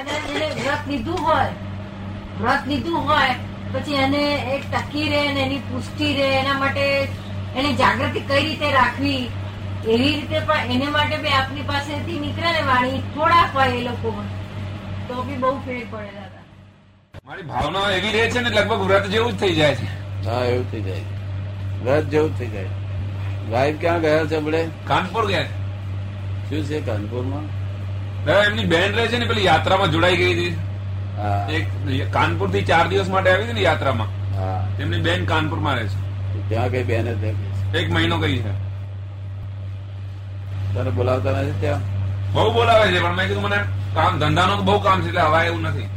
અને એને વ્રત લીધું હોય વ્રત લીધું હોય પછી એને એક ટકી રહે અને એની પુષ્ટિ રહે એના માટે એને જાગૃતિ કઈ રીતે રાખવી એવી રીતે પણ એને માટે બી આપની પાસેથી નીકળે ને વાણી થોડા હોય એ લોકો તો બી બહુ ફેર પડેલા હતા મારી ભાવના એવી રહે છે ને લગભગ વ્રત જેવું જ થઈ જાય છે હા એવું થઈ જાય વ્રત જેવું થઈ જાય સાહેબ ક્યાં ગયા છે આપણે કાનપુર ગયા છે. શું છે કાનપુરમાં દાદા એમની બેન રહે છે ને પેલી યાત્રામાં જોડાઈ ગઈ હતી હા એક કાનપુર થી ચાર દિવસ માટે આવી હતી ને યાત્રામાં હા એમની બેન કાનપુરમાં રહે છે ત્યાં કઈ બેન જ નથી. એક મહિનો ગઈ છે તને બોલાવતા નથી ત્યાં બહુ બોલાવે છે પણ મેં કીધું મને કામ ધંધાનું તો બહુ કામ છે એટલે હવાય એવું નથી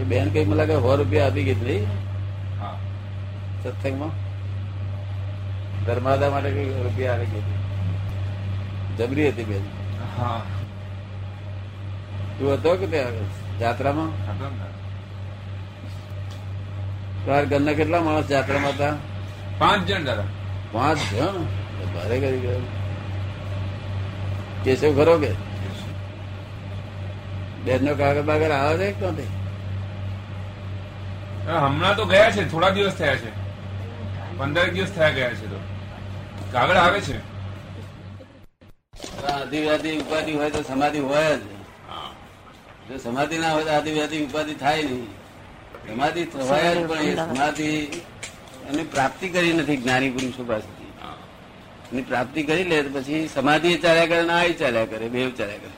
એ બેન કઈ મને લાગે સો રૂપિયા આપી ગઈ હતી હા સત્સંગમાં ધર્માદા માટે કઈ રૂપિયા આપી ગઈ હતી જબરી હતી બેન હા તું હતો કે ત્યાં આગળ? જાત્રામાં ખતમ ને. તમારા ઘરના કેટલા માણસ જાત્રામાં હતા પાંચ જણ દાદા પાંચ જણ તો ભારે કરી ગયો કેશવ ખરો કે બેનનો કાગળ બાગર આવે છે કે નથી હવે હમણાં તો ગયા છે થોડા દિવસ થયા છે પંદર દિવસ થયા ગયા છે તો કાગળ આવે છે આદિવ્યાધિ ઉપાધિ હોય તો સમાધિ હોય જ જો સમાધિ ના હોય તો આદિવ્યાધિ ઉપાધિ થાય નહીં સમાધિ થવાય જ પણ એ સમાધિ એની પ્રાપ્તિ કરી નથી જ્ઞાની પુરુષો પાસેથી એની પ્રાપ્તિ કરી લે તો પછી સમાધિ એ ચાલ્યા કરે ના ચાલ્યા કરે બે ચાલ્યા કરે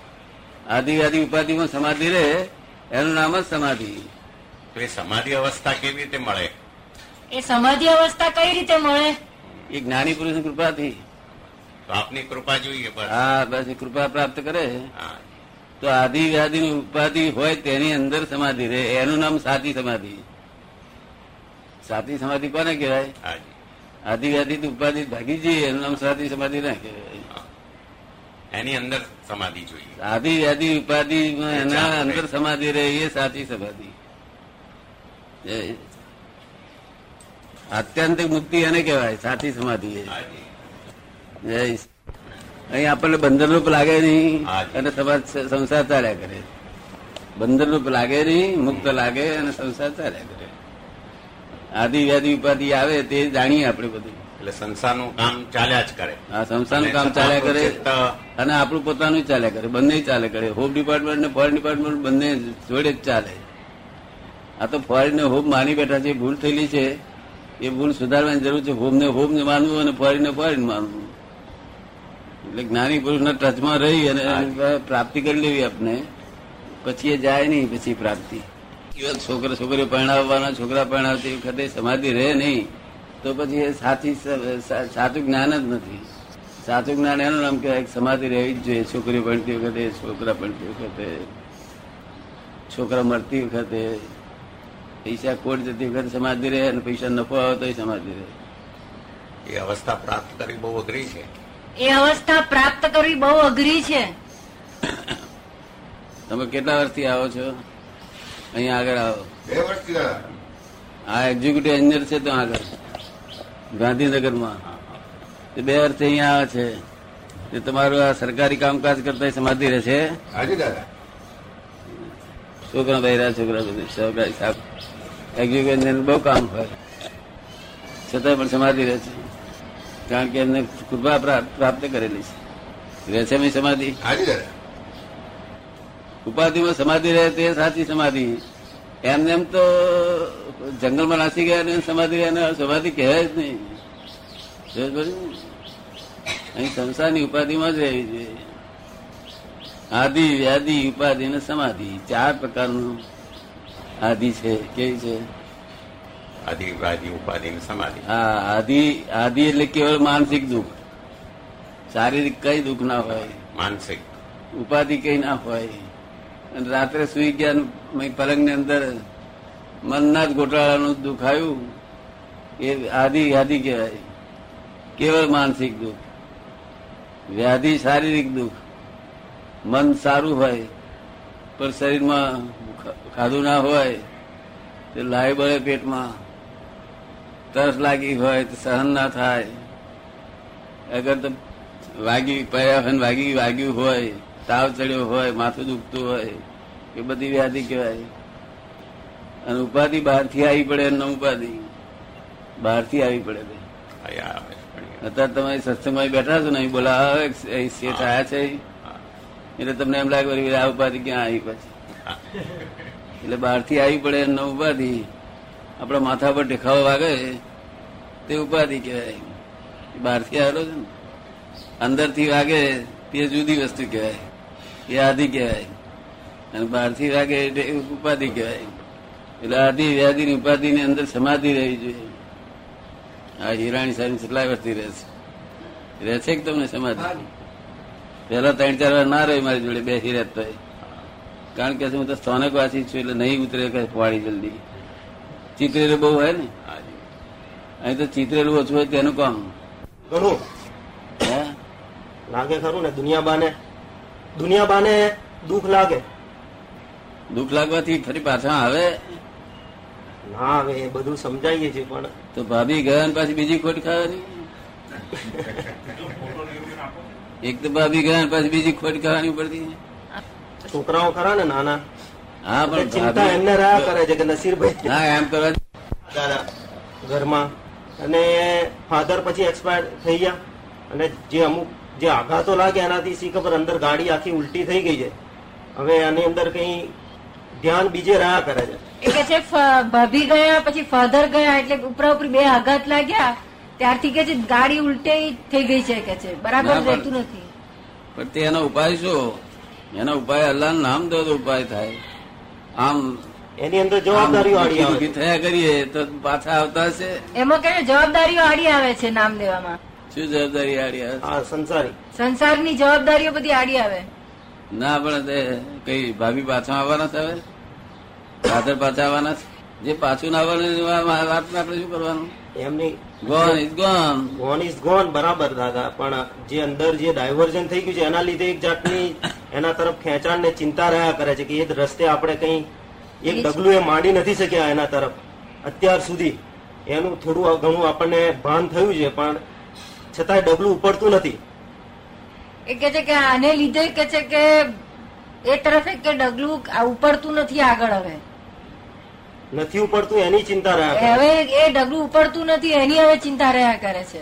આદિવ્યાધિ ઉપાધિમાં સમાધિ રહે એનું નામ જ સમાધિ તો એ સમાધિ અવસ્થા કેવી રીતે મળે એ સમાધિ અવસ્થા કઈ રીતે મળે એ જ્ઞાની પુરુષની કૃપાથી તો આપની કૃપા જોઈએ બસ હા બસ એ કૃપા પ્રાપ્ત કરે હા. તો આધિ વ્યાધિ ઉપાધિ હોય તેની અંદર સમાધિ રહે એનું નામ સાચી સમાધિ સાચી સમાધિ કોને કહેવાય હા જી. આધિ વ્યાધિ થી ઉપાધિ ભાગી જઈએ એનું નામ સાચી સમાધિ ના કહેવાય એની અંદર સમાધિ જોઈએ આધિ વ્યાધિ ઉપાધિ એના અંદર સમાધિ રહે એ સાચી સમાધિ એ આત્યંતિક મુક્તિ એને કહેવાય સાચી સમાધિ એ હા જી. જય શ્રી. અહીં આપણને બંદર રૂપ લાગે નહીં હા જી. અને સમાજ સંસાર ચાલ્યા કરે બંદર રૂપ લાગે નહીં મુક્ત લાગે અને સંસાર ચાલ્યા કરે આદિ વ્યાધિ ઉપાધિ આવે તે જાણીએ આપણે બધું એટલે સંસારનું કામ ચાલ્યા જ કરે આ સંસારનું અને કામ ચાલ્યા કરે આપણું ચિત્ત- અને આપણું પોતાનું ચાલ્યા કરે બંને ચાલ્યા કરે હોમ ડિપાર્ટમેન્ટ ને ફોરેન ડિપાર્ટમેન્ટ બંને જોડે જ ચાલે આ તો ફોરેન ને હોમ માની બેઠા છે ભૂલ થયેલી છે એ ભૂલ સુધારવાની જરૂર છે હોમ ને હોમ માનવું અને ફોરેન ને ફોરેન માનવું એટલે જ્ઞાની પુરુષના ટચમાં રહી અને પ્રાપ્તિ કરી લેવી આપણે પછી એ જાય નહીં પછી પ્રાપ્તિ ઇવન છોકરા છોકરીઓ પરણાવવાના છોકરા પરણાવતી વખતે સમાધિ રહે નહીં તો પછી એ સાચી સ- સા- સાચું જ્ઞાન જ નથી સાચું જ્ઞાન એનું નામ કહેવાય કે સમાધિ રહેવી જ જોઈએ છોકરીઓ ભણતી વખતે છોકરા ભણતી વખતે છોકરા મળતી વખતે પૈસા કોટ જતી વખતે સમાધિ રહે અને પૈસા નફો આવે તો સમાધિ રહે એ અવસ્થા પ્રાપ્ત કરવી બહુ અઘરી છે એ અવસ્થા પ્રાપ્ત કરવી બહુ અઘરી છે તમે કેટલા વર્ષથી આવો છો અહીંયા આગળ આવો બે વર્ષથી દાદા આ એક્ઝિક્યુટિવ એન્જિનિયર છે તો આગળ ગાંધીનગરમાં તે બે વર્ષથી અહીંયા આવે છે તે તમારું આ સરકારી કામકાજ કરતા સમાધિ રહેશે હાજી દાદા છોકરા બહેરા છોકરા બધું સરકારી સાહેબ એક્ઝિક્યુટિવ એન્જિનિયર બહુ કામ હોય છતાં પણ સમાધિ રહેશે કારણ કે એમને કૃપા પ્રા- પ્રાપ્ત કરેલી છે રહેશે એમની સમાધિ હાજી દાદા ઉપાધિમાં સમાધિ રહે તે સાચી સમાધિ એમને એમ તો જંગલમાં નાસી ગયા ને સમાધિ રહે એને સમાધિ કહેવાય જ નહીં સમજ પડી ને? અહીં સંસારની ઉપાધિમાં જ રહેવી જોઈએ આદિ વ્યાધિ ઉપાધિ ને સમાધિ ચાર પ્રકારનું આદિ છે કેવી છે આદિવાદી ઉપાધિ ને સમાધિ હા આદિ આદિ એટલે કેવળ માનસિક દુઃખ શારીરિક કઈ દુઃખ ના હોય માનસિક ઉપાધિ કઈ ના હોય અને રાત્રે સુઈ ગયા ને મય પલંગની અંદર મનના જ ગોટાળાનું દુખાયું એ આદિ વ્યાધિ કહેવાય કેવળ માનસિક દુઃખ વ્યાધિ શારીરિક દુઃખ મન સારું હોય પણ શરીરમાં ખા- ખાધું ના હોય તે લાય બળે પેટમાં તરસ લાગી હોય તો સહન ના થાય અગર તો વાગી પડ્યા હોય ને વાગી વાગ્યું હોય તાવ ચડ્યો હોય માથું દુખતું હોય એ બધી વ્યાધિ કહેવાય અને ઉપાધિ બહારથી આવી પડે અને ઉપાધિ બહારથી આવી પડે ભાઈ અહીંયા આવે છે. પણ અત્યારે તમે અહીં સત્સંગમાં બેઠા છો ને અહીં બોલાવે અહીં શેઠ આયા છે અહીં. એટલે તમને એમ લાગે વળી આ ઉપાધિ ક્યાં આવી પછી એટલે બહારથી આવી પડે એમનો ઉપાધિ આપણા માથા પર ટેકાવા વાગે તે ઉપાધિ કહેવાય બહારથી આવેલો છે ને અંદરથી વાગે તે જુદી વસ્તુ કહેવાય એ આધિ કહેવાય અને બહારથી વાગે એટલે એ ઉપાધિ કહેવાય એટલે આધિ વ્યાધિની ઉપાધિની અંદર સમાધિ રહેવી જોઈએ આ હિરાણી સાહેબ કેટલા વર્ષથી રહે છે રહે છે કે તમને સમાધિ પહેલા ત્રણ ચાર વાર ના રહી મારી જોડે બેસી રહેત તો કારણ કે હું તો સ્થાનક વાસી છું એટલે નહીં ઉતરે કે પાણી જલ્દી ચિતરેલું બહુ હોય ને હાજી. અહીં તો ચિતરેલું ઓછું હોય તેનું કામ ઘણું હે લાગે ખરું ને દુનિયા બાને દુનિયા બાને દુઃખ લાગે દુઃખ લાગવાથી ફરી પાછા આવે ના હવે એ બધું સમજાઈએ છીએ પણ તો ભાભી ગયા ને પાછી બીજી ખોટ ખાવાની એક તો ભાભી ગયા ને પાછી બીજી ખોટ ખાવાની પડતી છોકરાઓ ખરા ને નાના હા એટલે પણ ચિંતા એમને રહ્યા કરે છે કે નસીરભાઈ હા એમ કરવા દાદા ઘરમાં અને ફાધર પછી એક્સપાયર થઈ ગયા અને જે અમુક જે આઘાતો લાગે એનાથી શી ખબર અંદર ગાડી આખી ઉલટી થઈ ગઈ છે હવે આની અંદર કંઈ ધ્યાન બીજે રહ્યા કરે છે એ કે છે ફ- ભાભી ગયા પછી ફાધર ગયા એટલે ઉપરા ઉપરી બે આઘાત લાગ્યા ત્યારથી કે છે ગાડી ઉલટે થઈ ગઈ છે કે છે બરાબર ના, પણ- રહેતું નથી પણ તે એનો ઉપાય શું એનો ઉપાય અલ્લાહનું નામ દો તો ઉપાય થાય આમ એની અંદર જવાબદારીઓ આડી આવે દુઃખી થયા કરીએ તો પાછા આવતા હશે એમાં કે જવાબદારીઓ આડી આવે છે નામ લેવામાં શું જવાબદારી આડી છે. આવે હા સંસારી સંસારની જવાબદારીઓ બધી આડી આવે ના પણ તે કઈ ભાભી પાછા આવવાના છે હવે ફાધર પાછા આવવાના છે જે પાછું ના આવવાનું એ વા- વા- વાતને આપણે શું કરવાનું એમની gone is gone gone is gone બરાબર દાદા પણ જે અંદર જે ડાયવર્ઝન થઈ ગયું છે એના લીધે એક જાતની એના તરફ ખેંચાણ ને ચિંતા રહ્યા કરે છે કે એ જ રસ્તે આપણે કંઈ એક ડગલું એ માંડી નથી શક્યા એના તરફ અત્યાર સુધી એનું થોડું ઘણું આપણને ભાન થયું છે પણ છતાંય ડગલું ઉપડતું નથી એ કે છે કે આને લીધે કે છે કે એ તરફ એક કે ડગલું આ ઉપડતું નથી આગળ હવે નથી ઉપડતું એની ચિંતા રહ્યા કરે હવે એ ડગલું ઉપડતું નથી એની હવે ચિંતા રહ્યા કરે છે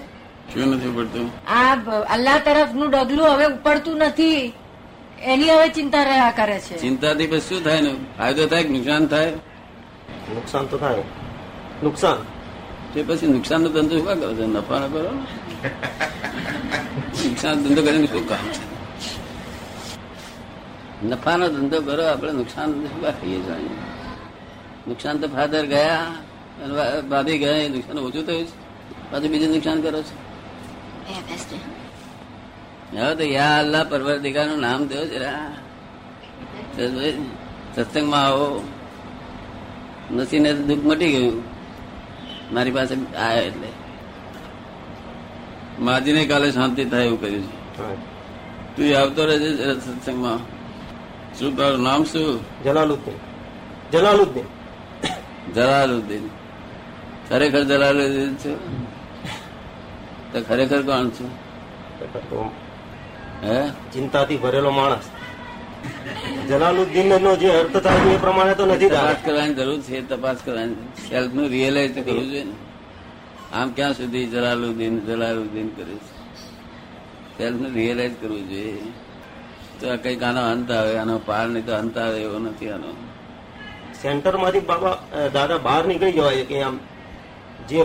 શું નથી પડતું આ બ- અલ્લાહ તરફનું ડગલું હવે ઉપડતું નથી એની હવે ચિંતા રહ્યા કરે છે ચિંતાથી પછી શું થાય ને ફાયદો થાય કે નુકસાન થાય નુકસાન તો થાય નુકસાન તે પછી નુકસાન નો ધંધો શું કરો છો નફા ન કરો નુકસાન ધંધો કરીને શું કામ છે નફાનો ધંધો કરો આપણે નુકસાન શું કામ ખાઈએ છીએ નુકસાન તો ફાધર ગયા અને બા- ભાભી ગયા એ નુકસાન ઓછું થયું છે પાછું બીજું નુકસાન કરો છો હવે તો યા અલ્લાહ પરવરદિગા નું નામ દો જરા તો ભાઈ સત્સંગમાં આવો નથી ને તો દુઃખ મટી ગયું મારી પાસે આયા એટલે માજીને કાલે શાંતિ થાય એવું કર્યું છે હા. તું આવતો રહેજે જરા સત્સંગમાં શું તારું નામ શું જલાલુદ્દીન જલાલુદ્દીન જલાલુદ્દીન ખરેખર જલાલુદ્દીન છે તો ખરેખર કોણ છું તો હે ચિંતાથી ભરેલો માણસ જલાલુદ્દીન નો જે અર્થ થાય છે એ પ્રમાણે તો નથી દાદા તપાસ કરવાની જરૂર છે તપાસ કરવાની સેલ્ફ નું રિયલાઇઝ તો કરવું જોઈએ ને આમ ક્યાં સુધી જલાલુદ્દીન જલાલુદ્દીન કરે છે સેલ્ફ નું રિયલાઇઝ કરવું જોઈએ તો આ કંઈક આનો અંત આવે આનો પાર નહીં તો અંત આવે એવો નથી આનો સેન્ટર માંથી બાબા અ, દાદા બહાર નીકળી જવાય કે આમ જે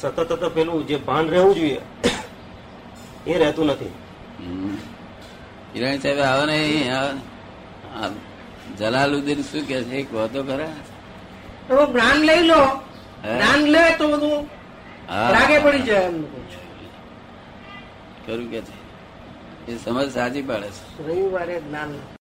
સતત સતત પેલું જે ભાન રહેવું જોઈએ એ રહેતું નથી હમ. હિરાણી સાહેબ આવે ને અહીં આવે. આ જલાલુદ્દીન શું કે છે એક વાતો ખરા એવો જ્ઞાન લઈ લો હે? જ્ઞાન લે તો બધું હા. લાગે પડી જાય એમનું કહું છું. ખરું કે છે એ સમજ સાચી પાડે છે રવિવારે જ્ઞાન